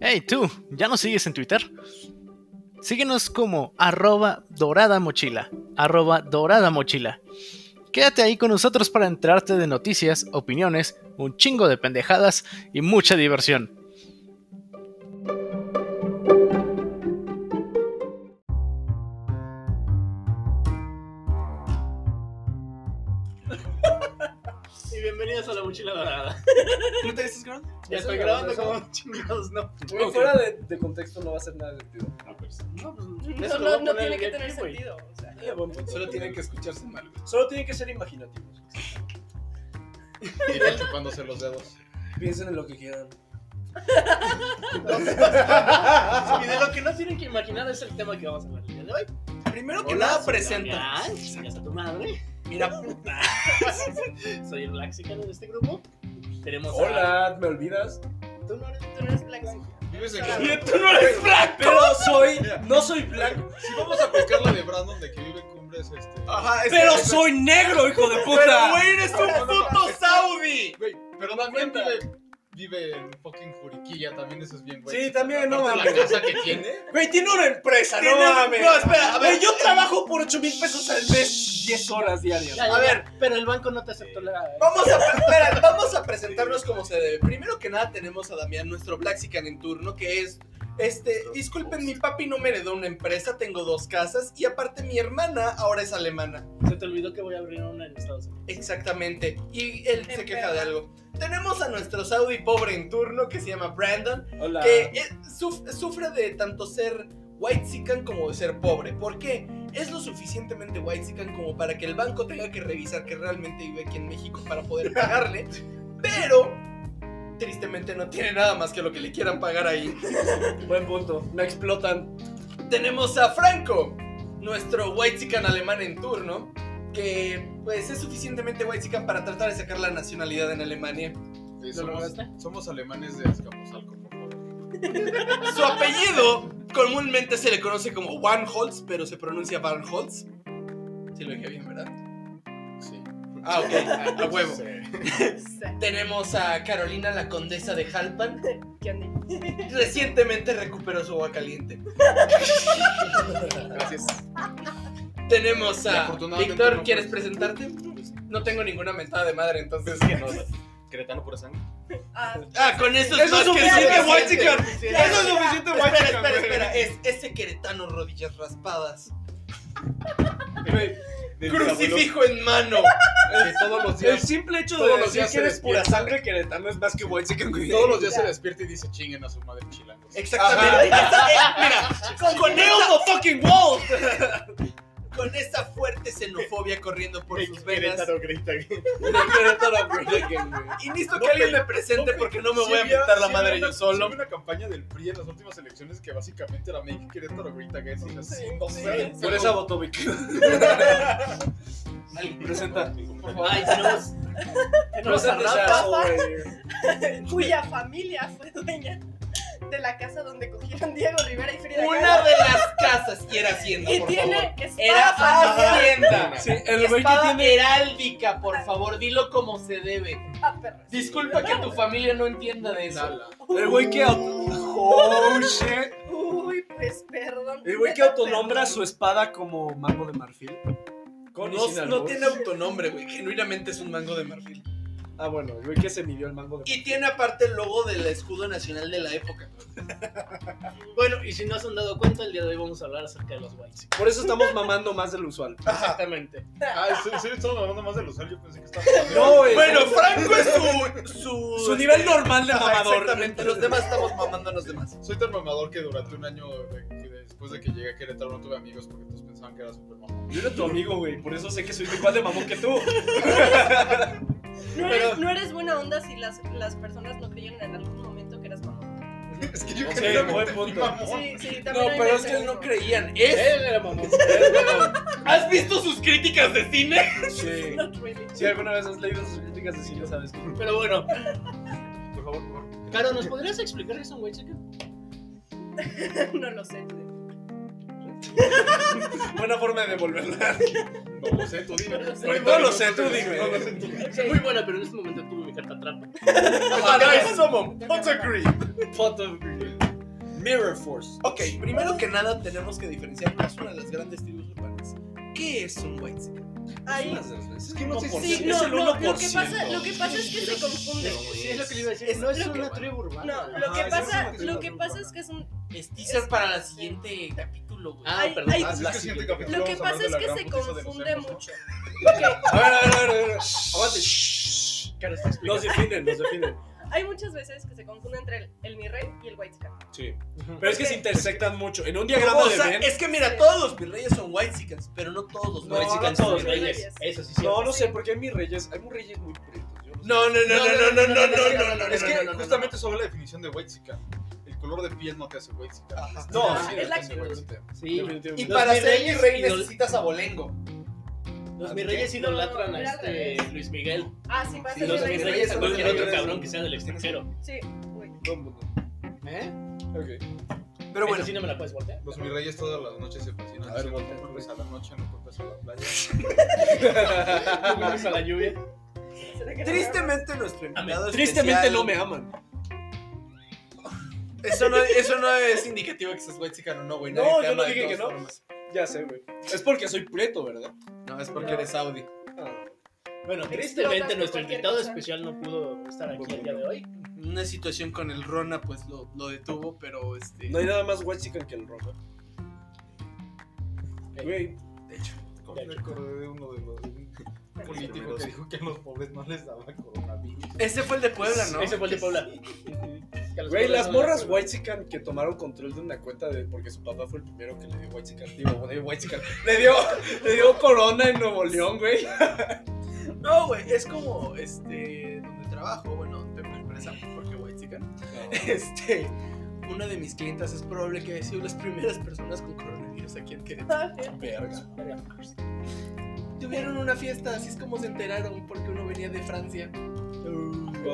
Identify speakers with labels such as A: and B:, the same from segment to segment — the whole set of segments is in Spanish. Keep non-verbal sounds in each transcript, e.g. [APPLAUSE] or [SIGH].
A: Hey tú, ¿ya nos sigues en Twitter? Síguenos como arroba dorada mochila, arroba dorada mochila. Quédate ahí con nosotros para enterarte de noticias, opiniones, un chingo de pendejadas y mucha diversión.
B: Y bienvenidos a la mochila dorada.
C: ¿Tú te dices, Grant?
B: Ya estoy grabando como chingados, no.
C: Güey, fuera de, de contexto no va a ser nada divertido.
B: No, pues,
D: No, no, no tiene que tener sentido. O sea,
C: Solo tienen, que,
E: escucharse mal, güey.
C: solo tienen que ser imaginativos.
E: Y chupándose los dedos.
C: Piensen en lo que quieran.
B: Y de lo que no tienen que imaginar es el tema que vamos a hablar el día de hoy.
C: Primero
B: Hola, soy Damián, chingas a tu madre.
C: Mira, puta.
B: [LAUGHS] Soy el laxicano de este grupo. Tenemos a-
C: Hola, ¿me olvidas?
B: Tú no eres-
D: tú no eres Black Swan.
E: Vives en
D: Solamente.
C: tú no eres blanco. Pero soy, no soy blanco.
E: Si vamos a aplicar la de Brandon de que vive en cumbres, este.
C: Ajá, pero soy negro, hijo de puta. Pero güey, eres un puto Saudi.
E: Güey, pero también
C: Cuenta.
E: vive, vive en fucking Juriquilla, también eso es bien, güey.
C: Sí, también, no
E: Aparte de
C: mames.
E: La casa que tiene.
C: Güey, tiene una empresa, no
B: Tiene-
C: mames.
B: no, espera, a ver.
C: Güey, yo trabajo por 8 mil pesos al mes, 10 horas diarias.
B: Ya, ya,
F: A ver.
B: pero el banco no te aceptó la.
F: Vamos a, espera, vamos a presentarnos como se debe. Primero que nada tenemos a Damián, nuestro Blaxican en turno, que es... Este, disculpen, mi papi no me heredó una empresa, tengo dos casas y aparte mi hermana ahora es alemana.
B: Se te olvidó que voy a abrir una en Estados Unidos.
F: Exactamente. Y él se queja de algo. Tenemos a nuestro Saudi pobre en turno que se llama Brandon,
C: Hola.
F: que eh, suf- sufre de tanto ser white como de ser pobre. ¿Por qué? Es lo suficientemente white como para que el banco tenga que revisar que realmente vive aquí en México para poder pagarle, pero tristemente no tiene nada más que lo que le quieran pagar ahí.
C: Buen punto. Me explotan.
F: Tenemos a Franco, nuestro white alemán en turno, que pues es suficientemente white para tratar de sacar la nacionalidad en Alemania.
E: Sí,
B: ¿Lo
E: somos,
B: lograste?
E: somos alemanes de Escaposalco, por favor.
F: Su apellido comúnmente se le conoce como Holtz, pero se pronuncia Holtz. Sí lo dije bien, ¿verdad?
E: Sí.
F: Ah, ok, a huevo.
E: Sí.
D: Sí.
F: Tenemos a Carolina, la condesa de Jalpan.
D: ¿Qué onda?
F: Recientemente recuperó su agua caliente.
E: Gracias.
F: Tenemos
E: Y
F: a
E: afortunadamente
F: Víctor,
E: no
F: ¿quieres
E: fue-
F: presentarte? No tengo ninguna mentada de madre, entonces.
E: Cretano por sangre.
D: Ah, [LAUGHS]
F: Ah, con eso es
C: Eso es
F: más que
C: suficiente,
F: suficiente.
C: white chicken.
D: Ya,
C: Eso es
D: ya.
C: suficiente, white
F: Espera,
C: chicken,
F: espera,
C: güey.
F: espera. Es ese queretano rodillas raspadas.
C: eh.
E: Del
F: Crucifijo en mano.
E: abuelo, Que todos los
C: El
E: días,
C: simple hecho de
E: Todos los
C: decir
E: días
C: que
E: se
C: eres pura
E: despierta.
C: sangre queretano es más que white chicken, güey.
E: todos los días se despierta y dice chinguen a su madre chilangos.
F: Exactamente. eh, Mira, [LAUGHS] con, con esa,
C: the fucking wall!
F: [LAUGHS] con esa fuerte xenofobia corriendo por sus venas.
B: grita.
F: [LAUGHS] Y listo que alguien me presente porque no me voy a inventar la madre yo solo.
E: Hubo una campaña del PRI en las últimas elecciones que básicamente era Make Querétaro Great Again. o sea, sí, no sé.
C: Por esa votó [LAUGHS] Vic. Presenta.
B: Ay, tenemos. Tenemos a
C: Presenta
B: Rafa.
C: esa, güey.
D: cuya familia fue dueña de la casa donde cogieron Diego Rivera y Frida
F: Una
D: Kahlo. Ah,
F: de las casas y era hacienda,
D: Y
F: por favor.
D: tiene
F: Era
D: espada familiar.
F: hacienda.
C: Sí, el güey que
F: Espada
C: tiene.
F: heráldica, por favor, dilo como se debe.
D: Ah, perra.
F: Disculpa que tu familia no entienda de eso.
C: El güey que. aut- Oh shit.
D: Uy, pues perdón.
C: El güey que autonombra su espada como mango de marfil. Con y sin
F: No, no
C: albur.
F: tiene autonombre, güey. Genuinamente es un mango de marfil.
C: Ah, bueno, el güey que se midió el mango de
F: Y tiene aparte el logo del escudo nacional de la época.
B: Bueno, y si no se han dado cuenta, el día de hoy vamos a hablar acerca de los whites.
C: Por eso estamos mamando más del usual.
B: Exactamente.
E: Ah, ¿en serio estamos hablando más de los yo pensé que estaba.
C: No, güey.
F: Bueno, Franco es su. Su,
C: su nivel normal de
F: Ajá,
C: mamador.
F: Exactamente, los demás estamos mamando a los demás.
E: Soy tan mamador que durante un año de- que después de que llegué a Querétaro no tuve amigos porque todos pensaban que era super mamón.
C: Yo era tu amigo, güey. Por eso sé que soy igual de mamón que tú.
D: No eres,
F: Pero-
D: no eres buena onda si las, las personas no creyeron en algún momento que eras mamón.
E: Es que yo
C: Sí,
E: genuinamente
C: buen
E: fui
C: punto.
E: mamón.
D: Sí, sí, también.
F: No,
D: hay
F: pero es
D: veces
F: que
D: eso.
F: no creían. Es-
B: Él era mamón.
C: [LAUGHS]
F: ¿Has visto sus críticas de cine?
C: Sí.
D: Not really.
C: Si alguna vez has leído sus críticas de cine, sabes que.
B: Pero bueno,
E: Por favor, por favor.
B: Caro, ¿nos podrías explicar qué es un white chicken?
D: [LAUGHS] no lo sé.
C: Buena forma de [LAUGHS] devolverla.
E: No lo sé, tú dime.
C: No lo sé, tú dime.
E: No lo sé, tú dime.
B: Muy buena, pero en este momento tuve mi carta trampa.
F: Para eso somos. Potter Green.
C: Foto, güey. Mirror Force.
F: Ok, primero que nada tenemos que diferenciar, no es una de las grandes tribus urbanas. ¿Qué es un white
D: Ahí.
C: Es una de las- es que
F: Sí,
C: no sé si
D: Sí,
C: es
D: no,
C: el
D: no, lo que
C: 1%.
D: pasa, lo que pasa es que se confunde.
B: Sí, es lo que le iba a decir.
F: Es
B: no es
F: lo que-
B: una tribu urbana.
D: No, lo
C: Ajá,
F: Ah,
D: que
C: es
D: pasa,
C: una tribu
D: lo que
C: urbana.
D: pasa es que es un
F: Es teaser para el siguiente capítulo, güey.
B: Ah,
D: Ay,
B: perdón.
D: ay,
B: Ah, sí,
E: Así es que el siguiente capítulo
D: Lo que
E: vamos a hablar
D: pasa
E: de
D: es
E: la
D: que
E: gran
D: se
E: putiza de los
D: confunde
E: cerdos, ¿no?
D: mucho.
F: A ver, a ver, a ver, a ver, a ver.
C: Aguante. Nos definen, nos definen.
D: Hay muchas veces que se confunde entre el, el mi rey y el white chicken.
C: Sí. Pero es que
D: Ok.
C: se intersectan mucho. En un diagrama
F: O
C: de
F: sea,
C: Venn.
F: es que mira, todos los virreyes son white pero no todos los
C: No,
F: white
C: no todos,
F: son
B: Los
F: virreyes.
B: reyes. Eso sí, sí.
C: No, no sé, porque hay mis reyes. Hay mis reyes muy pretos. yo no sé.
F: No, no, no, no, no, no, no, no, no, no,
E: Es
F: no,
E: que
F: no, no,
E: justamente sobre la definición de white el color de piel no te hace white
F: Ajá.
C: No,
D: Ah,
C: sí,
D: es la
E: hace
D: actitud.
E: whitexican.
B: Sí.
C: definitivamente.
F: Y
B: Los
F: para
B: mis
F: ser mi
B: reyes
F: rey
B: idol-
F: necesitas a Bolengo.
B: Los mis reyes
D: No,
B: idolatran a
D: era al
B: este
D: revés.
B: Luis Miguel.
D: Ah, sí, va a
F: Sí,
D: ser
B: Los
D: el
B: mis
D: rey.
B: reyes a
F: Los
B: cualquier
F: mis
B: otro
F: reyes.
B: cabrón que sea del extranjero.
D: Sí, güey.
C: No, no,
B: ¿Eh?
C: no. [LAUGHS] Ok.
F: Pero
B: Esa
F: bueno,
B: sí no me la puedes voltear.
E: Los mis reyes todas las noches se fascinan.
C: A ver,
E: Si
C: voltea.
E: no culpes a la noche, no culpes a la playa.
B: Gracias a la lluvia.
D: Será que no
F: tristemente nuestro invitado
C: Ah, Tristemente
F: especial-
C: no me aman.
F: Eso no, eso no es indicativo que seas white o no, güey.
C: No,
F: Nadie
C: yo
F: te
C: no
F: ama de
C: dije que
F: todas
C: no.
F: formas.
C: Ya sé, güey. Es porque soy preto, ¿verdad?
F: No, es porque eres Audi.
B: Bueno,
D: Explotas
B: tristemente
D: por
B: nuestro
D: cualquier
B: invitado
D: cosa.
B: especial no pudo estar aquí el día de hoy.
F: Una situación con el Rona, pues lo, lo detuvo, pero este.
C: No hay nada más guachican que el rojo. Güey,
F: de hecho.
E: Me acordé de uno
B: [LAUGHS]
E: de los de un político que dijo que a los pobres no les daba coronavirus.
F: Ese fue el de Puebla, ¿no?
B: Ese fue el de Puebla. [LAUGHS] Que a los
C: güey,
B: pobres
C: las
B: no
C: morras
B: les-
C: guachican que tomaron control de una cuenta de porque su papá fue el primero que le dio guachican, digo, de guachican, le dio, [LAUGHS] le dio corona en Nuevo León, güey.
F: No, güey, es como este. Donde trabajo, bueno, donde me empresa, porque white [LAUGHS] Este. Una de mis clientas es probable que haya sido las primeras personas con coronavirus aquí en Querétaro.
D: Ah, sí.
C: Verga.
F: Tuvieron una fiesta, así es como se enteraron, porque uno venía de Francia.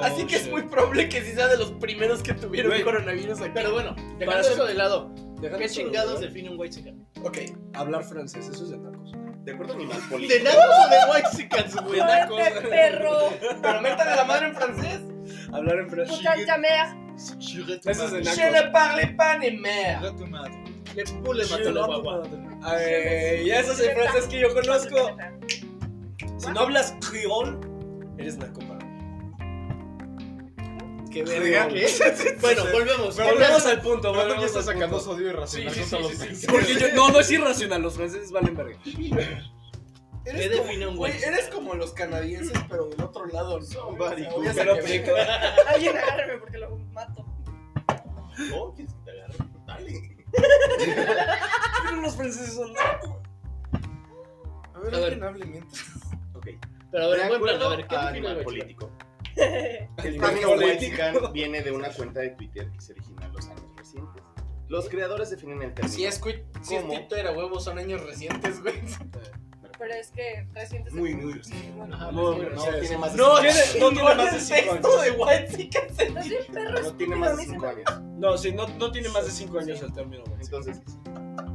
F: Así que es muy probable que sí sea de los primeros que tuvieron
C: Güey.
F: coronavirus aquí.
B: Pero bueno,
C: Para
B: dejando
C: ser-
B: eso de lado,
C: Déjame
B: ¿qué
C: solo,
B: chingados
C: güey.
B: define un white chicken?
F: Ok,
C: Hablar francés, eso es de tacos. De acuerdo a [LAUGHS] mi
B: ¿De nacos o de white chickens, güey?
D: Muerte, perro.
F: pero métale la madre en francés.
C: Hablar en francés.
D: Muchacha mea.
E: [LAUGHS]
C: Eso es de
F: [LAUGHS] Je
C: nacos.
F: ne parle pas ni merde.
E: Gato madre.
B: Le pule mató la guagua.
C: Ay, ya ese es el francés que yo conozco. Si no hablas criol, eres naco para mí. [LAUGHS]
F: Qué
E: verga.
F: verga.
B: Bueno, volvemos.
C: Volvemos al punto,
E: Pablo ya
C: volvemos
E: está
C: al
E: sacando
C: punto.
E: su odio
B: Sí,
E: irracional
B: sí,
E: contra
B: sí,
E: los
B: sí, sí.
E: mexicanos.
C: [LAUGHS] Porque yo, no, no es irracional, los franceses valen verga.
B: ¿Qué define un white chicken?
F: Eres como los canadienses, pero del otro lado. ¿no?
E: Barico.
F: O sea, obvias a
C: Pero
F: que
C: aplica.
F: venga.
D: Alguien agárreme porque lo mato. [LAUGHS]
B: No, ¿Quieres que te agarre? Dale.
C: Ah, Pero los franceses son nacos.
F: A
B: A ver.
F: ver, alguien hable mientras.
B: Ok. Pero a ver, buen plan, a ver, ¿qué define el
G: animal
B: white chicken?
G: político.
C: El
G: El
C: imperio
G: término
C: político.
B: [LAUGHS]
G: Vatican viene de una cuenta de Twitter que se originó en los años recientes. Los creadores definen el término.
F: Si es Quit, si es
G: ¿Cómo?
F: Tito era huevo, son años recientes, [LAUGHS] güey.
D: Pero es que recientes.
G: muy, muy reciente.
B: Ajá,
C: No,
B: pues,
G: No,
B: sí.
G: tiene más de
F: No,
C: tiene-
G: cinco
C: no tiene
F: no
C: más de
F: el
C: cinco
F: texto de White Chicken. se-
D: Estás bien perro
G: años. No tiene más de
D: estúpido,
G: cinco
D: a mí
G: años.
C: No, sí, no, no tiene más de 5 años el término. güey.
G: Entonces,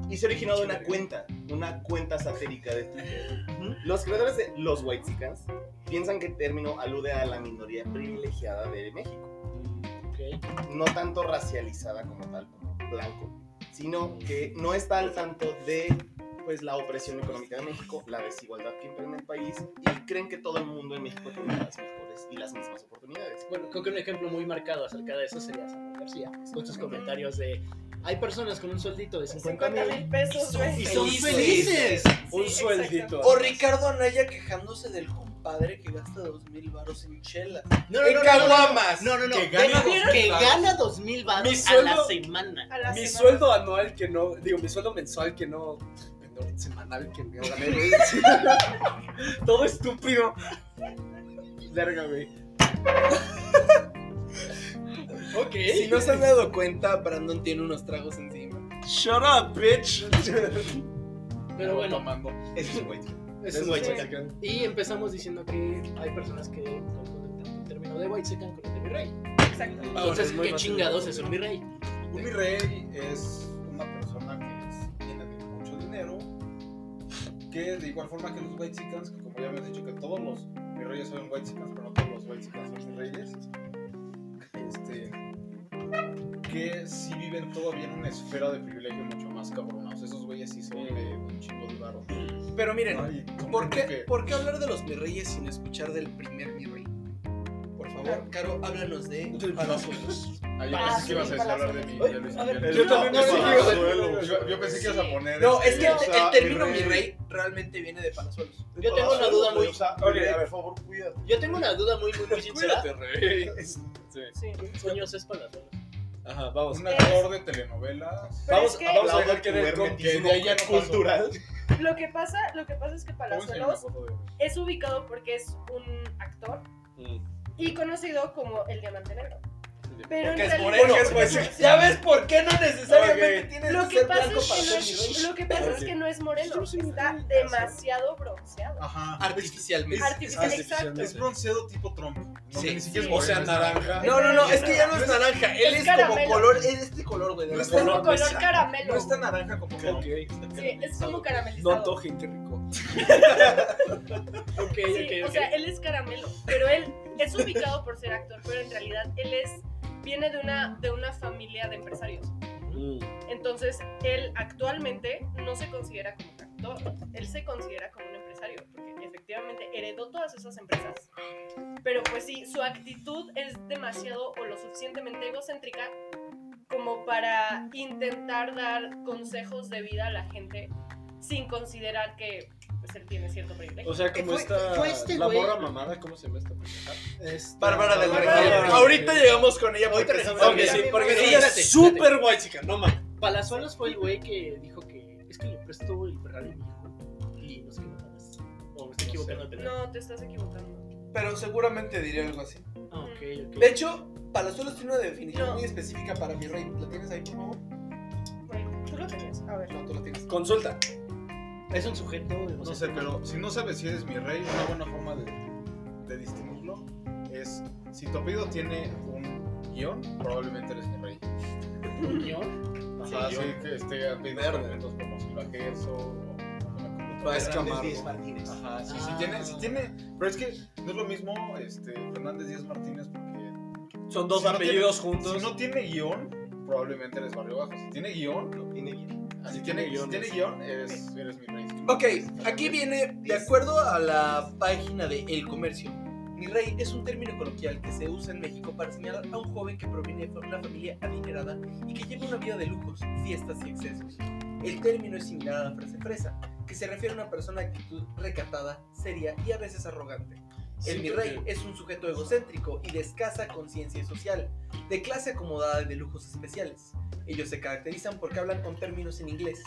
G: y se originó de una cuenta, una cuenta satírica de Twitter. Los creadores de Los Whitexicans piensan que el término alude a la minoría privilegiada de México,
B: Ok.
G: no tanto racializada como tal, como blanco, sino que no está al tanto de pues la opresión económica de México, la desigualdad que impera en el país y creen que todo el mundo en México tiene las mejores y las mismas oportunidades.
E: Pues,
B: Bueno, creo que un ejemplo muy marcado acerca de eso sería Samuel García, con sus comentarios de hay personas con un sueldito de 50
D: 50
B: mil
D: mil pesos, güey.
B: y son
F: Felices.
B: felices.
C: Un
D: Sí,
C: sueldito.
F: O Ricardo Anaya quejándose del compadre que gasta dos mil baros en chela.
B: No,
F: En caguamas.
B: No, no, no.
F: Que
B: Que
F: gana
B: gana,
F: dos mil
B: que
F: varos.
B: gana 2000
C: Mi
B: baros a
C: sueldo-
B: la semana.
D: A la
C: Mi
D: semana.
C: sueldo anual que no, digo, mi sueldo mensual que no, perdón, semanal que no gané, güey. [LAUGHS] Todo estúpido. Verga, güey.
B: Ok.
F: Si no se han dado cuenta, Brandon tiene unos tragos encima.
C: Shut up, bitch.
B: Pero bueno,
E: Tomando.
G: Ese es un Whitexican.
B: es un
D: Eso
B: white
D: sí.
B: chicken. Y empezamos diciendo que hay personas que confunden tanto el término de white chicken con el de mi rey.
D: Exacto.
B: Entonces,
C: es muy
B: ¿qué
C: fácil.
B: chingados es un mi rey?
E: Un mi rey es una persona que es- tiene de mucho dinero, que de igual forma que los white chickens, que como ya habíamos dicho que todos los mi reyes son white chickens, pero no todos los white chickens son mi reyes. Este, que sí viven todavía en una esfera de privilegio mucho más cabrona. O sea, esos güeyes sí son de un chingo de barro.
F: Pero miren,
E: Ay, son
F: ¿por
E: gente
F: qué,
E: que-
F: ¿por qué hablar de los mi reyes sin escuchar del primer mi rey? Por favor, Caro, háblanos de
E: Del
F: Palazuelos.
E: Ah, yo pensé que ibas a decir hablar de mí. de Luis Miguel.
F: yo también
E: no,
F: pensé que
E: no,
F: ibas a-
E: no, yo- Yo pensé que ibas a
D: Sí.
E: poner.
F: No,
E: este,
F: es que el,
E: o sea,
F: el término mi
E: virrey.
F: rey realmente viene de Palazuelos.
B: Yo tengo una duda muy,
E: Ok, a ver.
G: Por favor, cuídate.
B: yo tengo una duda muy, muy, muy sincera.
E: rey. Sí.
D: Sí.
B: ¿Quién coños es Palazuelos?
C: Ajá, vamos.
E: Un actor de telenovelas.
D: Pero
C: Vamos,
D: es que
C: vamos a
G: Claudia,
C: dejar que
G: tu
C: dé el con-
G: hermetismo
E: que de ahí ya no pasó.
G: cultural.
D: lo que pasa, lo que pasa es que
E: ¿Cómo se llama la
D: Palazuelos
E: foto de-
D: es ubicado porque es un actor
C: Mm.
D: y conocido como el diamante negro.
F: Porque
D: Pero en
F: es
D: realidad,
F: moreno. Pues,
D: Porque es
C: moreno.
F: ¿Ya ves por qué no necesariamente
E: Ok.
F: tienes
D: Lo
F: que
D: que
F: ser
D: pasa
F: blanco para
D: es
F: ser
D: que
F: mi
D: no es,
F: rey?
D: lo que pasa es que no es moreno, está demasiado bronceado.
E: Ajá.
F: Artificialmente.
D: Artificial,
C: es
B: Ah,
D: exacto.
E: Es bronceado tipo Trump. No,
F: Sí,
E: que ni siquiera es
D: sí.
E: moreno,
D: O sea,
E: es
F: No, no, no, es que ya no es naranja. Él
D: Es
F: es, como
D: caramelo.
F: color, es este color, güey. de
E: No
F: la
E: es
D: Es
F: foto.
D: como
E: color
D: color
E: mesa.
D: caramelo.
E: No está naranja como Trump.
D: Sí, es como
C: No
D: caramelizado.
C: antojen, mm, qué rico.
B: Ok,
D: Sí,
B: ok,
D: o
B: ok.
D: sea, él es caramelo, pero él es ubicado por ser actor, pero en realidad él es viene de una de una familia de empresarios.
C: Mm.
D: Entonces, él actualmente no se considera como un actor, él se considera como un empresario, porque efectivamente heredó todas esas empresas. Pero pues sí, su actitud es demasiado o lo suficientemente egocéntrica como para intentar dar consejos de vida a la gente sin considerar que pues, él tiene cierto privilegio.
C: O sea, como
B: Fue-
C: esta.
B: fue este
C: la
B: güey.
C: morra mamada, ¿cómo se llama esta pendeja?
B: Este-
F: Bárbara del Rey.
D: Bárbara del Rey.
F: Ahorita llegamos con ella
B: Ahorita
F: porque
B: regresamos.
F: porque
B: Ok,
F: sí,
B: sí,
F: porque
B: sí,
F: ella
B: espérate,
F: es súper
B: espérate.
F: guay, chica, no mames.
B: Palazuelos fue el güey que dijo que es que le prestó el Ferrari a mi hijo y no sé qué mamadas. O me estoy equivocando de pendejo.
D: No, te estás equivocando.
F: Pero seguramente diría algo así.
B: Ah, ok, ok.
F: De hecho, Palazuelos tiene una definición
D: No.
F: muy específica para mi rey. ¿La tienes ahí, por favor?
D: Bueno, tú lo tenías. A ver.
F: No, tú la tienes.
C: Consulta.
B: es un sujeto
E: No sé, pero si no sabes si eres mi rey, una buena forma de, de distinguirlo es si tu apellido tiene un guión, probablemente eres mi rey.
B: un guión.
E: Ajá,
C: Sí,
E: sí, que este apellido elementos como Silva Gerso o como la Fernández
F: Vázquez Camargo.
E: Díaz Martínez. Ajá, sí, sí
B: Ah.
E: tiene, sí tiene, pero es que no es lo mismo este Fernández Díaz Martínez porque
C: Son dos
E: Si no
C: apellidos
E: si
C: juntos.
E: no tiene guión, probablemente eres barrio bajo. Si tiene guión,
G: No tiene guión.
E: si,
C: Si
E: tiene,
C: tiene
E: si
C: guión,
E: tiene
C: es-
E: guión, eres, eres mi rey.
F: Ok, aquí viene, de acuerdo a la página de El Comercio, mi rey es un término coloquial que se usa en México para señalar a un joven que proviene de una familia adinerada y que lleva una vida de lujos, fiestas y excesos. El término es similar a la frase fresa, que se refiere a una persona de actitud recatada, seria y a veces arrogante. El mi rey es un sujeto egocéntrico y de escasa conciencia social, de clase acomodada y de lujos especiales. Ellos se caracterizan porque hablan con términos en inglés,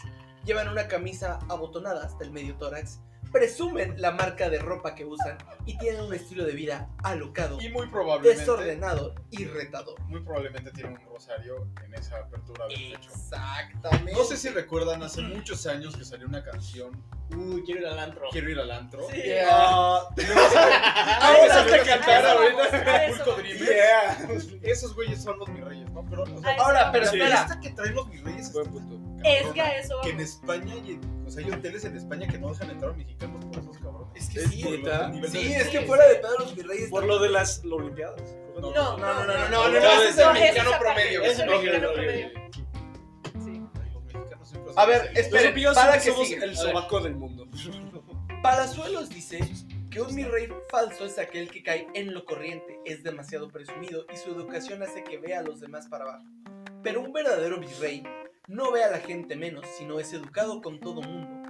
F: llevan una camisa abotonada hasta el medio tórax, presumen la marca de ropa que usan y tienen un estilo de vida alocado,
E: Y muy probablemente.
F: desordenado y retador.
E: Muy probablemente tiene un rosario en esa apertura del pecho.
F: Exactamente.
E: No sé si recuerdan, hace muchos años que salió una canción
B: Uy, quiero ir al antro.
E: Quiero ir al antro.
D: Sí.
E: Ah, tenemos que-
F: Ahorita
E: tenemos que
F: te
E: cantar
D: cantaré.
E: ahorita.
D: A eso
E: Acapulco
D: vamos.
E: Dreamers. Esos güeyes son los mis reyes, ¿no? Pero o sea,
D: A eso
F: Ahora, pero
E: la
F: espera.
E: fiesta que traen los mis reyes
C: Buen punto.
D: Es
E: cabrona,
D: que a eso
E: que en
D: vamos.
E: España, y- o sea, hay hoteles en España que no dejan entrar a mexicanos por esos cabrones.
F: Es que
C: Es
F: sí,
C: por
F: güey.
C: neta.
E: nivel de-
F: Sí, es que
D: Sí,
F: fuera
D: sí.
F: de pedo los virreyes.
C: Por lo de las Olimpiadas.
E: No,
D: No,
F: no, no, no, no,
E: no, no,
D: ese
E: ese
F: es el
D: esa
F: mexicano
D: parte,
F: promedio.
D: ese Es el
E: Ese
D: mexicano
E: no,
D: promedio. Sí.
E: Los mexicanos siempre
F: A
E: son
F: ver,
E: los
F: espera.
E: reyes.
C: Los apellidos
F: para
C: para
F: que
C: que somos
F: siga.
C: el sobaco del mundo.
F: Palazuelos dice que un mi rey falso es aquel que cae en lo corriente, es demasiado presumido y su educación hace que vea a los demás para abajo. Pero un verdadero virrey no ve a la gente menos, sino es educado con todo mundo.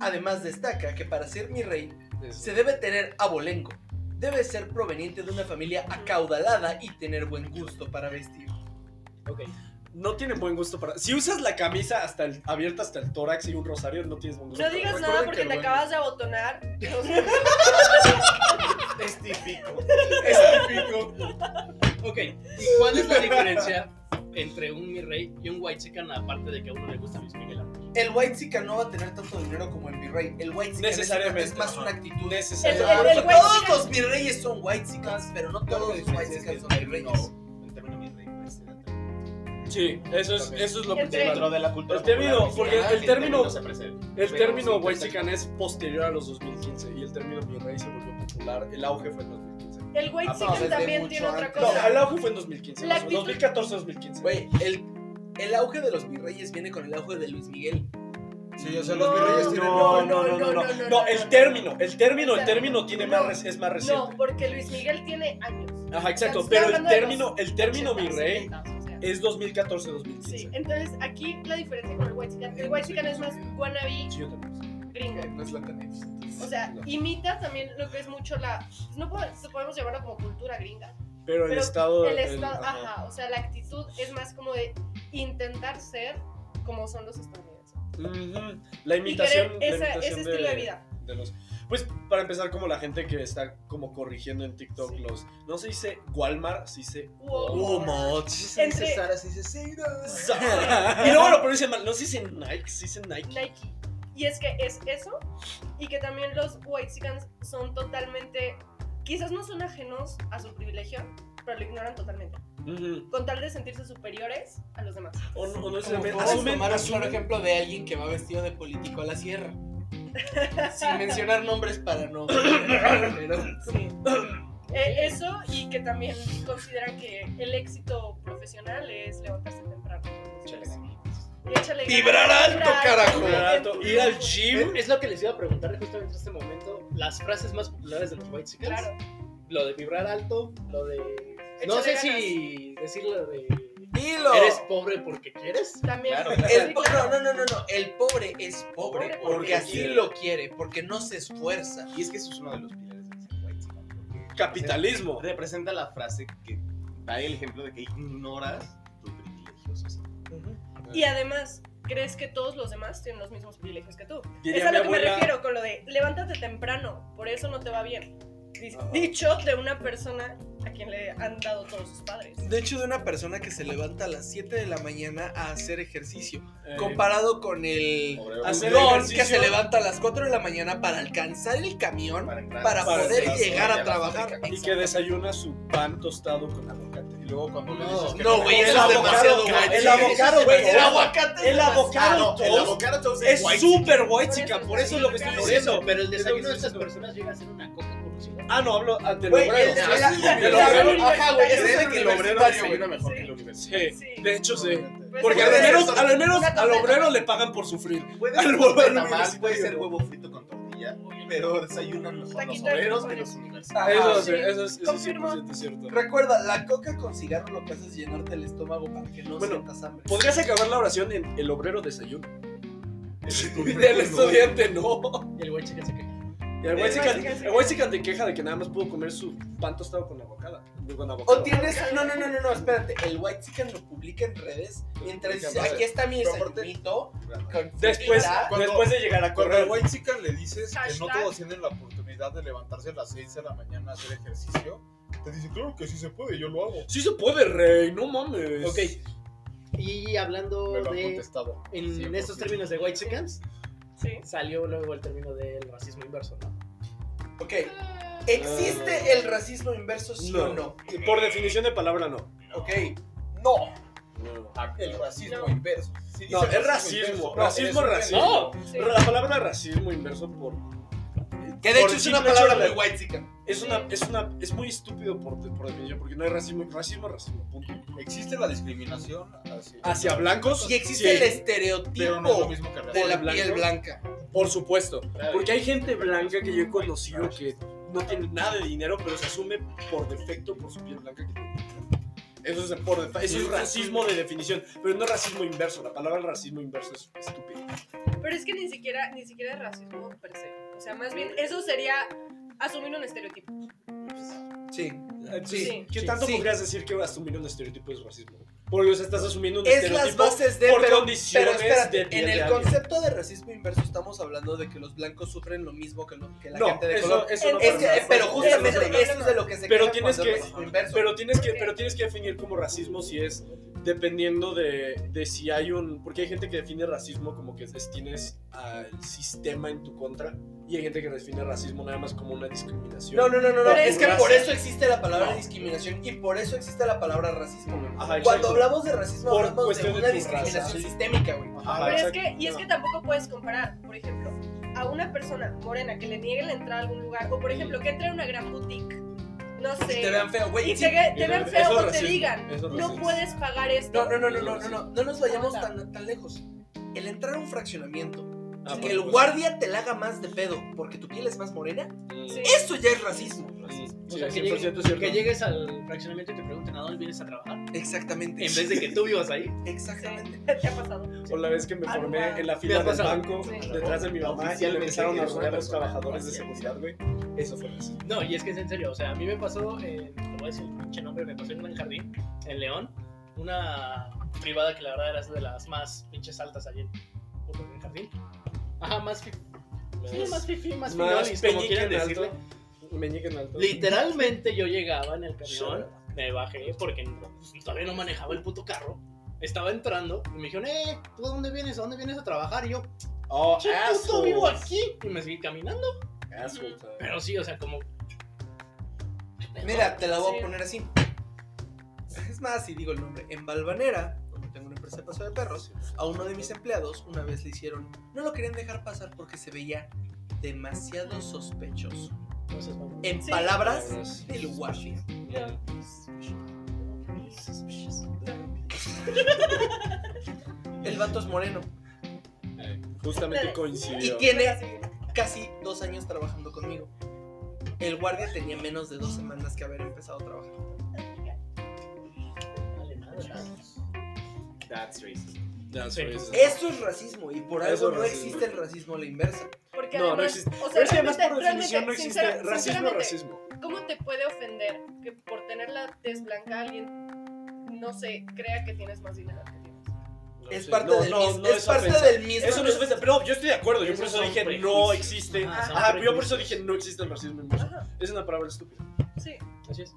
F: Además destaca que para ser mi rey se debe tener abolengo, debe ser proveniente de una familia acaudalada y tener buen gusto para vestir.
C: No tienen buen gusto para. Si usas la camisa hasta el- abierta hasta el tórax y un rosario, no tienes buen gusto.
D: No digas nada porque te acabas de abotonar.
G: Es típico.
B: Ok, ¿y cuál es la diferencia entre un mi rey y un white chicken aparte de que a uno le gusta Luis Miguel?
F: El white no va a tener tanto dinero como el mi rey. El white
C: Necesariamente,
F: es más
C: ajá.
F: una actitud.
D: El-
C: Necesariamente.
D: el- el
F: todos
D: whitezican.
F: los virreyes son white pero no todos los white son virreyes.
G: El término mi rey puede ser
C: Sí, eso es, eso es lo
D: Entre-
C: principal.
G: dentro de la cultura
C: El término,
G: popular
C: porque el
G: mexicana,
C: término-
G: se presenta.
C: El
G: Pero
C: término
G: sí,
C: whitezican es posterior a los 2015 y el término mi rey se volvió popular. El auge fue en 2015.
D: El white
E: Ah,
D: chicken
E: desde
D: también
E: mucho
D: tiene otra
E: antes.
C: No,
D: cosa.
C: el auge fue en 2015.
D: La
C: más o menos,
D: actitud-
C: 2014-2015.
F: Güey, el, el auge de los virreyes viene con el auge de Luis Miguel.
E: Sí, o sea, los virreyes tienen.
C: No, no, no, no, no. No, el término, el término, el
D: Exacto.
C: término tiene más, res- es más
D: No,
C: reciente.
D: porque Luis Miguel tiene años.
C: Ajá, exacto.
D: Estoy
C: Pero el
D: hablando de
C: término,
D: los
C: el término
D: 80s,
C: virrey
D: 70s, o sea.
C: es 2014-2015.
D: Sí, entonces aquí la diferencia con el white chicken. El white chicken es más wannabe
C: Sí, yo también.
D: gringo.
F: No es la tan
D: O sea, imita también lo que es mucho la. No podemos, podemos llamarlo como cultura gringa.
C: Pero el
D: Pero
C: estado.
D: El estado,
C: el- ajá.
D: ajá. O sea, la actitud es más como de intentar ser como son los estadounidenses.
C: Ujú. La
D: Y
C: imitación.
D: querer
C: la
D: esa- ese
C: imitación
D: estilo de vida.
C: de los- Pues para empezar, como la gente que está como corrigiendo en TikTok
D: Sí.
C: los. No se dice Walmart, se dice
D: Walmart.
C: Walmart.
D: dice Entre- Sara,
C: se dice Zara. Y luego lo pronuncian mal. No se dice Nike, se dice Nike.
D: Nike. Y es que es eso, y que también los Whitexicans son totalmente, quizás no son ajenos a su privilegio, pero lo ignoran totalmente,
C: Ujú.
D: con tal de sentirse superiores a los demás.
C: O no, o no se
F: Como
C: ven-
F: podemos
C: asumen-
F: tomar un claro
C: asumen-
F: ejemplo de alguien que va vestido de político a la sierra.
D: [LAUGHS]
F: Sin mencionar nombres para [COUGHS] no.
D: Sí. Eh, eso, y que también consideran que el éxito profesional es levantarse temprano.
C: Échale ganas.
D: Y échale ganas.
F: Vibrar alto,
D: Vibrar
F: carajo.
C: Vibrar alto, ir al gym.
B: Es lo que les iba a preguntar justamente en este momento. Las frases más populares de los White Chicans.
D: Claro.
B: Lo de vibrar alto, lo de. No sé
D: Échale
B: si decir lo de.
F: ¡Dilo!
B: Eres pobre porque quieres.
D: También.
G: Claro.
D: Sí,
F: El po-
D: claro.
F: no, no, no, no, no. El pobre es pobre
D: Pobre
F: porque,
D: porque
F: así
C: quiere.
F: lo quiere, porque no se esfuerza.
G: Y es que eso es uno de los pilares del ser white chican, porque
C: Capitalismo.
G: Representa la frase que da el ejemplo de que ignoras tu privilegio social.
D: Y además, crees que todos los demás tienen los mismos privilegios que tú.
C: Diría
D: es a
C: mi
D: lo que me
C: abuela-
D: refiero con lo de levántate temprano, por eso no te va bien. Di-
C: Ajá.
D: Dicho de una persona a quien le han dado todos sus padres.
F: De hecho, de una persona que se levanta a las 7 de la mañana a hacer ejercicio,
C: Eh,
F: comparado con el
G: Obrero
C: hacer
G: burgués,
F: don
C: ejercicio.
F: que se levanta a las 4 de la mañana para alcanzar el camión para,
G: entrar-
F: poder
G: entrar-
F: llegar
G: la
F: a trabajar.
G: fábrica.
C: Y que desayuna su pan tostado con aguacate.
E: Y luego cuando le
B: No.
E: dices que.
F: No, güey,
C: El
F: eso es
C: abocado,
F: demasiado
C: cabrón,
F: güey.
C: el abocado, güey,
F: El
C: el
F: aguacate
C: el
G: Ah,
C: abocado
G: no, el
C: toast
G: avocado toast es
C: es
G: white
C: súper white
D: Por
C: chica,
D: eso
C: por eso
D: está
C: es lo que estoy
D: bien,
B: Por
D: sí,
C: diciendo.
B: eso, pero el
C: Es lo que
B: desayuno de
C: estoy
B: estas
C: diciendo.
B: personas llega a ser una cosa conocida.
C: Ah, no, hablo ah, del
F: Güey,
C: obrero.
F: el de-
C: Sí,
F: la-
C: sí,
F: la-
C: del
F: la-
C: obrero.
D: la-
C: Ajá, güey,
F: Ese
C: ese
F: es
C: es
F: el
C: el
F: universitario,
C: obrero
F: güey.
C: desayuna mejor
D: Sí.
C: que el universitario. Sí,
D: Sí.
C: de hecho sí.
D: Pues,
C: Porque al
D: puede
C: menos,
D: ser.
C: al menos
D: Una
C: al
D: torta.
C: obrero le pagan por sufrir.
G: Puede
C: Al
G: ser
C: huevo
G: tamal,
C: universitario.
G: puede ser huevo frito con tortilla, pero desayunan mejor los
D: Taquito de
G: obreros que
D: frijoles.
G: los universitarios.
F: Ajá.
C: Eso,
D: sí.
C: Ah, sí, eso es eso es
D: Confirmo.
C: 100% cierto.
F: Recuerda, la coca con cigarro lo que hace es llenarte el estómago para que no
C: Bueno,
F: sientas hambre.
C: ¿Podrías acabar la oración en el obrero desayuno? [LAUGHS] Del
G: El
C: estudiante no.
B: Y el White Chicken se queja.
C: Y [LAUGHS] el
F: El
C: white
F: white
C: chican-
D: chican se
C: el white chican te queja de que nada más pudo comer su pan tostado con avocado. Con
F: O
C: avocado.
F: tienes. No, no, no, no, no, espérate. El White Chicken lo publica en redes mientras dice:
E: Publica en
F: aquí está mi
G: Pero aparte-
F: desayunito. con
C: Después,
F: frutita".
E: Cuando-
C: después de llegar a
E: Cuando al
C: correr.
E: white chica le dices que no
D: Hashtag.
E: todos tienen la oportunidad de levantarse a las 6 de la mañana a hacer ejercicio, te dice, claro que sí se puede, yo lo hago.
C: Sí se puede, rey, no mames.
B: Ok. Y hablando
E: Me lo han
B: de.
E: contestado.
B: En
E: 100%.
B: estos términos de White Chickens,
D: Sí.
B: salió luego el término del racismo inverso, ¿no?
F: Ok. ¿Existe el racismo inverso, sí o no?
C: Por definición de palabra, no.
F: Ok.
E: No,
C: No,
E: Ah, el racismo
D: No.
E: inverso. Sí,
C: No,
E: dice
C: es racismo.
E: inverso. No,
C: Racismo,
E: es un
C: racismo.
E: término.
D: sí.
C: La palabra racismo inverso por.
F: Que de
C: por
F: hecho es
C: el
F: una
C: simple
F: palabra
C: hecho
F: muy
C: de-
F: White Chicken.
C: Es una, es una, es muy estúpido por, por definición, porque no hay racismo, racismo, racismo, punto.
E: Existe la discriminación hacia,
C: Hacia blancos.
F: Y existe
C: sí,
F: el estereotipo
E: Pero no es lo mismo que el
F: de la
E: racismo.
C: blanco.
F: piel blanca.
C: por supuesto. Porque hay gente blanca que yo he conocido que no tiene nada de dinero, pero se asume por defecto por su piel blanca que tiene. Eso es, por defa- eso es racismo de definición, pero no racismo inverso. La palabra racismo inverso es estúpida.
D: Pero es que ni siquiera, ni siquiera es racismo per se. O sea, más bien, eso sería asumir un estereotipo.
F: Sí.
C: Entonces,
D: Sí.
C: ¿Qué tanto
F: Sí.
C: podrías decir que asumir un estereotipo es racismo? Porque o sea, estás asumiendo un
F: Es las
C: estereotipo.
F: bases de.
C: por
F: Pero, pero
C: condiciones de
F: espérate,
C: piel
F: en
C: de
F: el
C: alguien.
F: concepto de racismo inverso estamos hablando de que los blancos sufren lo mismo que, lo- que la
C: No,
F: gente de
C: eso,
F: color.
C: eso no
F: Es que-
C: pasa.
F: eh, pero
C: Eso no
F: justamente
C: pasa.
F: eso es de lo que se
C: Pero
F: queja
C: tienes
F: cuando
C: que-
F: es racismo inverso.
C: Pero tienes que, pero tienes que definir como racismo si es dependiendo de, de si hay un, porque hay gente que define racismo como que es- tienes al sistema en tu contra y hay gente que define racismo nada más como una discriminación.
F: no, no, no, no, no.
D: Pero
F: Es
D: es
F: que
D: raza.
F: por eso existe la palabra
C: No.
F: discriminación y por eso existe la palabra racismo. güey.
C: Ajá, exacto.
F: Cuando hablamos de racismo
C: Por
F: hablamos de
C: cuestión de
F: una
C: tu
F: discriminación
C: raza.
F: sistémica, güey.
C: Ajá,
D: Pero es
C: Ah, exacto.
D: que, y es que tampoco puedes comparar, por ejemplo, a una persona morena que le niegue la entrada a algún lugar, o por ejemplo, que entre a una gran boutique, no
F: y te
D: sé.
F: vean feo, güey.
D: Y
F: sí.
D: te, ve- te ven
C: Eso
D: feo o te
C: racismo,
D: digan,
C: eso
D: no
C: racismo.
D: puedes pagar
F: No,
D: esto.
F: no, no, no, no, no, no, no nos vayamos tan, tan lejos. El entrar a un fraccionamiento,
C: Ah,
F: que
C: por
F: el
C: supuesto.
F: guardia te la haga más de pedo porque tu piel es más morena,
C: Mm.
D: Sí.
F: eso ya es racismo.
C: Mm.
B: O
C: Sí,
B: sea, que,
C: 100%
B: llegues,
C: cierto.
B: que llegues al fraccionamiento y te pregunten a dónde vienes a trabajar.
F: Exactamente.
B: En vez de que tú vivas ahí.
F: Exactamente.
D: Te ha pasado.
C: O la vez que me
D: Ah, no,
C: formé
D: ma.
C: en la
B: Me
C: fila
B: ha
C: del
B: pasado.
C: banco
D: Sí.
C: detrás de mi mamá y le empezaron a robar a los trabajadores de seguridad, güey. Eso fue eso.
B: No, y es que es en serio, o sea, a mí me pasó, eh, te voy a decir el pinche nombre, me pasó en un jardín, en León, una privada que la verdad era de las más pinches altas allí en, en el jardín. Ajá, más fifi, sí, más fifi, más, finolis, como
C: peñique
B: quieran
C: en
B: decirle.
C: [LAUGHS] alto. Meñique en alto.
B: Literalmente yo llegaba en el camión, me bajé porque pues, todavía no manejaba el puto carro. Estaba entrando y me dijeron, eh, ¿tú a dónde vienes? ¿A dónde vienes a trabajar? Y yo,
C: Oh,
B: "Che, puto,
C: asshole.
B: vivo aquí. Y me seguí caminando.
C: Asshole, ¿sabes?
B: Pero sí, o sea, como
F: Mira, te la voy
D: Sí.
F: a poner así. Es más, si digo el nombre, en Balvanera, donde tengo una empresa de paso de perros, a uno de mis empleados una vez le hicieron, no lo querían dejar pasar porque se veía demasiado sospechoso.
B: Entonces,
F: En
D: Sí.
F: palabras del guardia. El vato es moreno
C: Eh, Justamente
F: y
C: coincidió.
F: tiene casi dos años trabajando conmigo. El guardia tenía menos de dos semanas que haber empezado a trabajar.
B: vale, madre.
G: That's racist.
C: Ya,
B: Sí.
C: eso es.
F: Eso es racismo y por
C: Eso
F: algo
C: es
F: no
C: racismo.
F: existe el racismo a la inversa.
D: Porque
C: No, no
D: además,
C: existe.
D: o sea,
C: Pero es que además por
D: realmente-
C: definición no
D: realmente,
C: existe
D: sincera-
C: racismo
D: sinceramente,
C: racismo.
D: ¿Cómo te puede ofender que por tener la tez blanca alguien, no sé, crea que tienes más dinero que tienes?
F: Es
C: Sí.
F: parte,
C: No,
F: del,
C: no,
F: mis-
C: no
F: es
C: es
F: parte
C: ofensa.
F: del mismo.
C: Eso no es ofensa, pero no, yo estoy de acuerdo. Yo
B: Esos
C: por eso
B: son
C: dije no
B: prejuicios.
C: existe.
B: Ajá, son
C: Ah, pero yo por eso
B: prejuicios.
C: dije no existe el racismo inverso.
D: Ajá,
C: Es una palabra estúpida.
D: sí.
B: Así es.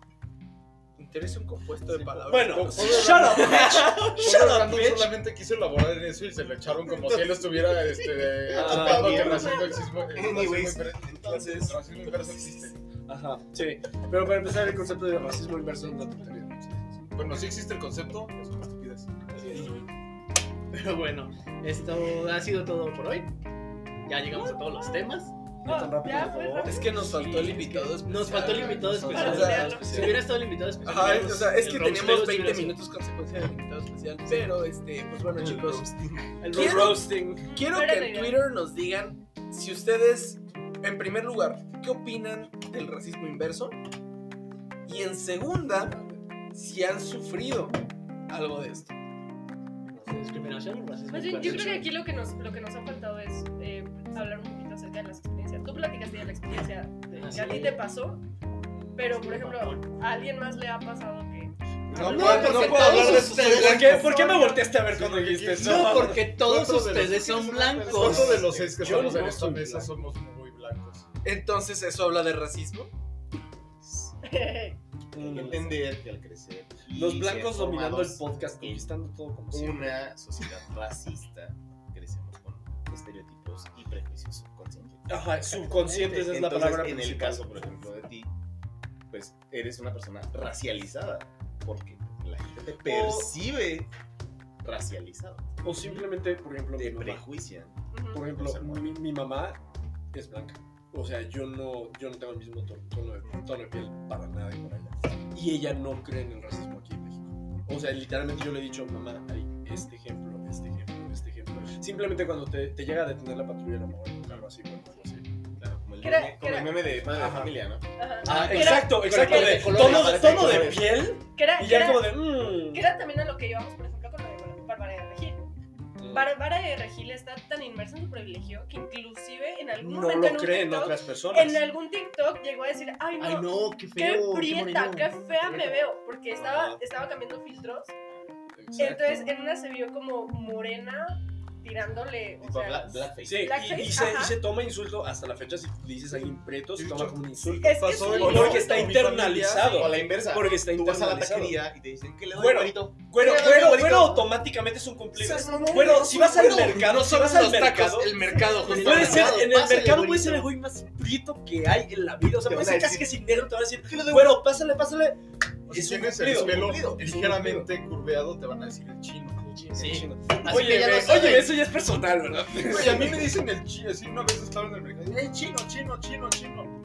F: Interesa un
E: este,
F: compuesto de palabras.
C: Bueno,
E: Todo
C: shut up, bitch.
E: Pobre
C: Shut up,
E: Randall
C: bitch.
E: solamente quiso elaborar en eso y se lo echaron como si él estuviera este,
C: Ah,
E: chupando que
G: bien.
E: el racismo existe.
G: Anyways,
E: Entonces, racismo inverso existe.
C: Ajá, sí. Pero para empezar, el concepto de racismo inverso es una tontería.
E: Bueno, sí existe el concepto, es una estupidez.
B: Así es. Pero bueno, esto ha sido todo por hoy. Ya llegamos a todos los temas.
D: ya fue
F: Es que nos faltó el invitado especial.
B: Nos faltó el invitado
F: Para
B: especial.
F: googlearlo.
B: si hubiera estado el invitado especial.
F: Ajá,
B: hubiéramos-
F: o sea, es
B: el
F: que
B: roast
F: tenemos
B: hubiera
F: 20
B: sido-
F: minutos consecuencia del invitado especial, pero este, pues bueno, chicos,
C: El
F: ¿Quién?
C: roasting.
F: quiero
D: Fuera
F: que
D: de
F: en
D: idea.
F: Twitter nos digan si ustedes, en primer lugar, ¿qué opinan del racismo inverso? Y en segunda, si han sufrido algo de esto.
B: Discriminación, racismo,
D: Pues yo, yo creo que
B: clasismo.
D: aquí lo que nos, lo que nos ha faltado es eh, hablar un poquito acerca de las experiencias. Tú platicaste de la experiencia
B: Ah,
D: de
B: sí.
D: que a ti te pasó, pero por ejemplo, a alguien más le ha pasado que.
E: No,
D: Ah,
E: no, porque
B: no puedo
D: todos
B: hablar de
D: ustedes-
C: ¿Por qué, por qué me volteaste a ver cuando
E: porque-
C: dijiste eso?
B: No, porque todos
E: Cuatro de los-
B: ustedes son blancos.
E: Cuatro de los seis que
C: Yo
E: estamos
C: no
E: en esta
C: soy
E: mesa
C: blanco.
E: somos muy blancos.
F: Entonces, ¿eso habla de racismo?
G: Hay que entender que al crecer y
C: Los
G: ser
C: blancos dominando el
G: formados
C: podcast, conquistando todo como
G: en
C: siempre.
G: una sociedad racista, crecemos con estereotipos y prejuicios subconscientes.
C: Ajá, Ah, subconscientes es la
G: Entonces,
C: palabra
G: En el
C: principal.
G: caso, por ejemplo, de ti, pues eres una persona racializada, porque la gente te percibe racializada,
C: O simplemente, por ejemplo, mi
G: te
C: mamá.
G: prejuician.
D: Ujú.
C: Por ejemplo,
G: Ser humano.
C: mi, mi mamá es blanca. O sea, yo no, yo no tengo el mismo tono, tono de, tono de piel para nada y para ella. Y ella no cree en el racismo aquí en México. O sea, literalmente yo le he dicho, mamá, hay este ejemplo, este ejemplo, este ejemplo. Simplemente cuando te, te llega a detener la patrulla, la mamá, claro, así, bueno, algo así.
G: Claro, como el,
D: ¿Qué era-
G: meme,
D: qué
G: como el
D: era?
G: meme de madre de
C: Ajá.
G: familia, ¿no?
D: Ajá.
C: Ah,
D: Que era-
C: exacto, exacto.
D: pero
C: De,
D: de
C: tono,
B: colores,
C: de-
B: parece
C: tono de
B: colores.
C: piel
D: Que era,
C: y
D: que
C: ya
D: era-
C: como de, mmm.
D: que era también a lo que íbamos, por ejemplo, con lo de Bárbara de Regil. Bárbara de Regil está tan inmersa en su privilegio que inclusive en algún
C: No
D: momento en
C: lo
D: un
C: creen
D: TikTok,
C: otras personas.
D: en algún TikTok llegó a decir, ay no,
B: Ay, no, qué
D: qué
B: feo. qué
D: prieta,
B: moreno.
D: qué fea me veo, porque
C: Ajá.
D: estaba, estaba cambiando filtros.
C: Exacto.
D: Entonces en una se vio como morena tirándole, o
G: Tipo
D: sea,
G: bla- blackface.
C: Sí,
D: Blackface,
C: y, y se, y
D: ajá.
C: se toma insulto hasta la fecha si le dices a alguien preto, se
E: Sí,
C: toma
E: yo-
C: como un insulto.
D: es que es
E: Pasó
D: un
E: el-
D: insulto.
C: Porque está internalizado.
G: O la inversa.
C: Porque está
G: Tú vas a la
C: internalizado.
G: taquería y te dicen que le doy
C: Bueno,
G: güerito?"
C: Güero,
G: Sí,
C: güero,
G: güerito.
C: güero automáticamente es un cumplido.
G: Seas mamón,
C: Güero,
G: güero,
C: si vas al
G: güero.
C: mercado, si vas al mercado,
F: el mercado.
B: justamente.
C: puede ser, en el
B: Pásale,
C: mercado puede ser el
B: güerito.
C: güey más prieto que hay en la vida. O sea,
G: Te
C: puede
G: van a
C: ser casi
G: decir-
C: que sin negro, te van a decir, güero, pásale, pásale.
E: Si
C: Es un
E: tienes el
C: cumplido.
E: pelo
G: cumplido,
C: es un
E: ligeramente curveado, te van a decir el chino.
B: Sí. Así que
C: Oye,
B: ya lo
C: ve-
B: saben.
C: oye, eso ya es personal, ¿verdad?
E: "Eh, Oye, a mí me dicen el chino, así una vez estaba en el mercado. ¡Ey, chino, chino, chino, chino!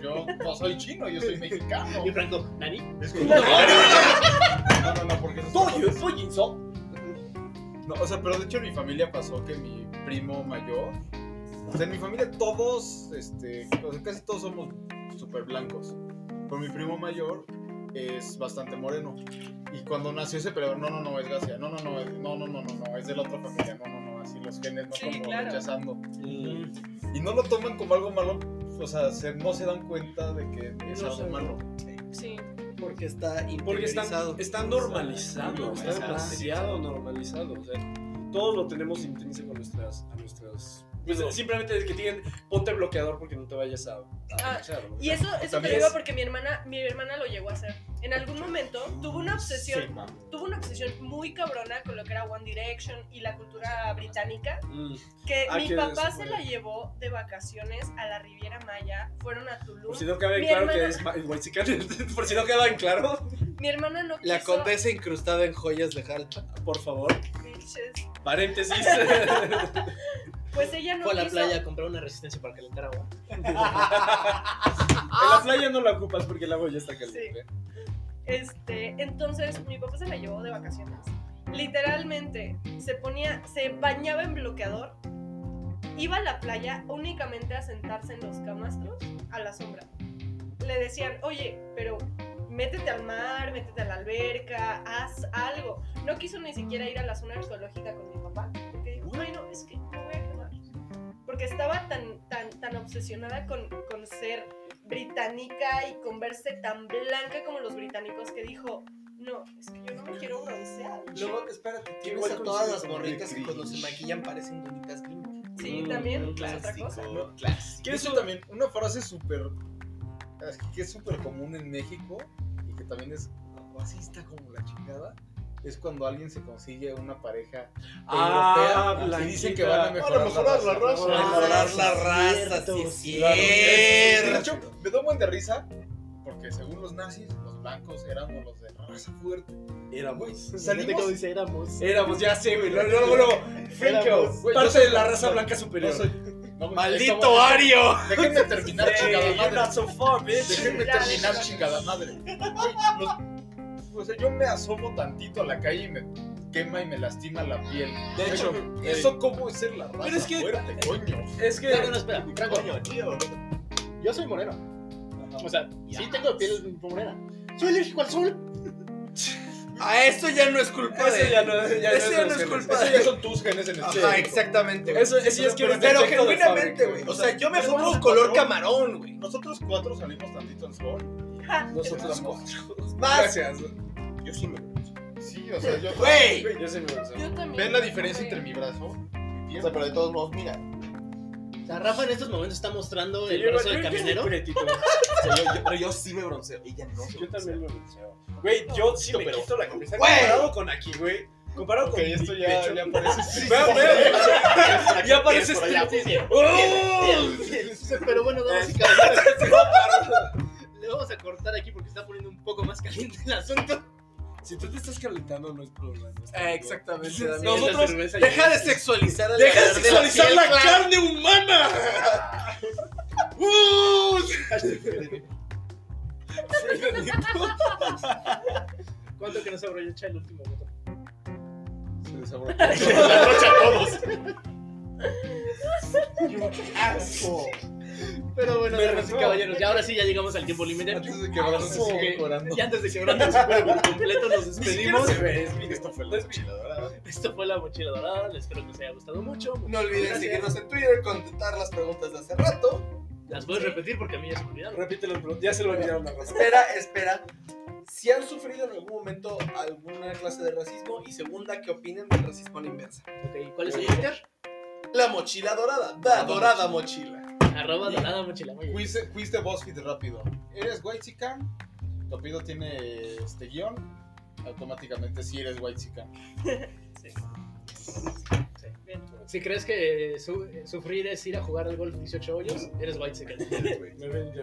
E: Yo no soy chino, yo soy mexicano.
B: Y Franco, ¿Nani?
E: No, no, no, porque eso es otra
C: Soy, soy Jinso.
E: No, o sea, pero de hecho en mi familia pasó que mi primo mayor, o sea, en mi familia todos, este, o sea, casi todos somos súper blancos, pero mi primo mayor es bastante moreno. Y cuando nació ese pero no, no, no, es Gracia, no, no, no, es- no, no, no, no, no, es de la otra familia, no, no, no, así los genes no
D: Sí,
E: como
D: claro.
E: rechazando.
C: Mm,
E: Y no lo toman como algo malo, o sea, se- no se dan cuenta de que es
C: No
E: algo
C: sé.
E: malo.
D: Sí.
F: Porque está
C: Porque está,
F: interiorizado.
C: está normalizado, está
E: Normalizado.
C: demasiado normalizado. O sea, todos lo tenemos intrínseco a nuestras. A nuestras pues, simplemente es que tienen, ponte bloqueador porque no te vayas a. a
D: Ah,
C: manchar, ¿no?
D: Y eso, eso te
E: También
D: lo digo
E: es-
D: porque mi hermana, mi hermana lo llegó a hacer. En algún momento tuvo una obsesión, tuvo una obsesión muy cabrona con lo que era One Direction y la cultura británica.
C: Mm.
D: Que
C: Ah,
D: mi
C: que
D: papá
C: es-
D: se la llevó de vacaciones a la Riviera Maya, fueron a Tulum.
C: Por si no queda en
D: Mi
C: claro que
D: hermana-
C: es ma- es mexican, [LAUGHS] por si no queda en claro,
D: Mi hermana no quiso.
F: La condesa incrustada en joyas de Jalpa.
C: por favor,
D: Bitches. [LAUGHS]
C: paréntesis.
D: Pues ella no
B: Fue a la
D: quiso.
B: playa a comprar una resistencia para calentar agua.
C: En
D: Ah.
C: la playa no la ocupas porque el agua ya está caliente.
D: Este, entonces mi papá se la llevó de vacaciones. Literalmente se ponía, se bañaba en bloqueador, iba a la playa únicamente a sentarse en los camastros a la sombra. Le decían, oye, pero métete al mar, métete a la alberca, haz algo. No quiso ni siquiera ir a la zona arqueológica con mi papá, porque dijo, bueno, es que me voy a quemar. Porque estaba tan, tan, tan obsesionada con, con ser británica y con verse tan blanca como los británicos que dijo, no, es que yo no me quiero broncear.
F: Luego, espérate, tienes
C: Igual
F: a todas
C: coincide
F: las
C: con
F: morritas que
E: Ricky.
F: cuando se maquillan parecen donitas gringas.
D: Sí,
C: Mm,
D: también
C: un
D: es otra cosa. [LAUGHS]
G: Clásico, clásico.
E: Que eso también, una frase súper. es que es súper común en México y que también es racista como la chingada. Es cuando alguien se consigue una pareja
C: Ah,
E: europea y dicen que
C: blanquita.
E: van a mejorar,
C: Van a mejorar la raza.
E: Van a mejorar la raza.
F: raza, sí, es
E: Claro. De
F: cierto.
E: hecho, me da un buen de risa porque según los nazis, los blancos éramos los de raza fuerte. Güey,
C: Éramos.
E: salimos-
B: Como dice, éramos.
C: Éramos, ya sé, güey. Luego, luego, luego. Franco,
E: Güey, no
C: parte
E: soy-
C: de la raza
E: no,
C: blanca
E: no
C: superior.
E: soy- no, güey,
F: ¡Maldito
E: estamos-
F: Ario!
E: Déjenme terminar,
C: Hey,
E: chingada
C: you're
E: madre.
C: not so far, bitch.
E: Déjenme
D: Ya,
E: terminar,
D: déjala.
E: chingada madre. Güey, los- o sea, yo me asomo tantito a la calle y me quema y me lastima la piel.
C: De hecho, eh,
E: eso cómo es ser la raza
C: Pero es que-
E: fuerte, coño.
C: es que.
B: No, no, no, espera. Franco,
G: Coño, tío.
B: yo soy moreno. O sea, sí tengo piel morena. Soy alérgico al sol.
F: A eso Ah, ya no es culpa
C: Eso
F: de.
C: ya no, ya
F: Eso ya no
C: los
F: es
C: genes.
F: culpa
E: Eso
F: de-
E: ya son tus genes en el
F: Ajá,
E: cerebro.
F: exactamente, güey.
C: Eso, eso ya es que
E: Pero-
C: eres
F: Pero
C: defecto de
F: genuinamente,
C: fábrica,
F: güey. O sea, yo me
E: Pero
F: pongo
E: bueno,
F: color
E: ¿no?
F: camarón, güey.
E: Nosotros cuatro salimos tantito al sol.
D: Ja,
E: Nosotros cuatro.
F: Más.
G: Yo sí me
E: Sí, o sea, yo.
F: Güey.
C: Yo soy mi bolsa.
D: yo también.
E: ¿Ven la diferencia entre
D: mí?
E: mi brazo? y mi
G: O
E: pierna?
G: sea, pero de todos modos, mira.
B: O sea, Rafa en estos momentos está mostrando
C: Yo
B: el
C: llevo-
B: brazo
C: yo-
B: de
C: yo soy
B: camionero.
C: pretito.
B: [LAUGHS]
G: O sea, yo, yo- pero yo sí me bronceo. Ella no. se
C: Yo
G: broncea.
C: también me bronceo. Güey, yo sí me
G: Pero-
C: quito la camisa.
F: Güey.
C: Comparado con aquí, güey. Comparado
E: Ok,
C: con mi
E: esto ya,
C: pecho.
E: ya
C: [LAUGHS]
E: parece. sí,
C: Veo,
E: sí,
C: veo. Ya
G: Piel
C: pareces
G: por allá.
C: ¡Oh!
B: Pero bueno, damas y caballeros, le vamos a cortar aquí porque está poniendo un poco más caliente el asunto.
C: Si tú te estás calentando, no es problema.
F: Ah, exactamente. Dani.
C: No, Nosotros-
B: Es la cerveza y-
F: Deja de sexualizar a la
C: ¡Deja de
F: verde,
C: sexualizar
F: piel
C: la
F: clara.
C: carne humana! ¡Uh!
B: ¿Cuánto que no se abrocha el último botón?
E: Se
B: [LAUGHS]
E: desabrochó.
B: Pero bueno,
C: Me
B: damas y
C: retó.
B: caballeros, ya ahora sí ya llegamos al tiempo límite.
E: Antes de que Brandon se
B: Ok,
E: siga llorando.
B: Y antes de que Brandon se fuera por completo, nos despedimos.
E: Esto fue la mochila, ¿verdad?
B: Esto fue la mochila dorada, les espero que les haya gustado mucho.
F: No olviden
B: Gracias.
F: seguirnos en Twitter, contestar las preguntas de hace rato.
B: Las puedes repetir porque a mí ya se me olvidaron.
C: Repítelo, bro. ya se lo olvidaron la raza.
F: Espera, espera. Si han sufrido en algún momento alguna clase de racismo y segunda, ¿qué opinan del racismo a la inversa?
B: Ok, ¿cuál es el Twitter?
F: La mochila dorada, la dorada mochila.
B: Arroba dorada mochila. muy bien.
E: Quiz, quiz de BuzzFeed rápido. ¿Eres white chican? Topido tiene este guión. Automáticamente sí eres white chican.
B: Si crees que eh, su- sufrir es ir a jugar al golf 18 hoyos, eres white secret.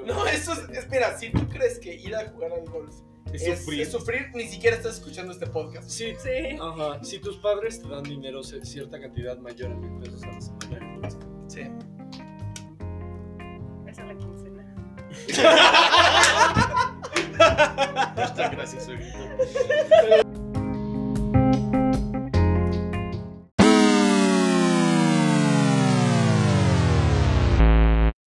F: No, eso es, espera, si tú crees que ir a jugar al golf es, es sufrir. ni siquiera estás escuchando este podcast.
C: Sí.
D: Sí.
C: Ajá. Si tus padres te dan dinero, se- cierta cantidad mayor a mil pesos a la semana.
F: Sí.
D: Esa es la quincena.
B: Muchas gracias,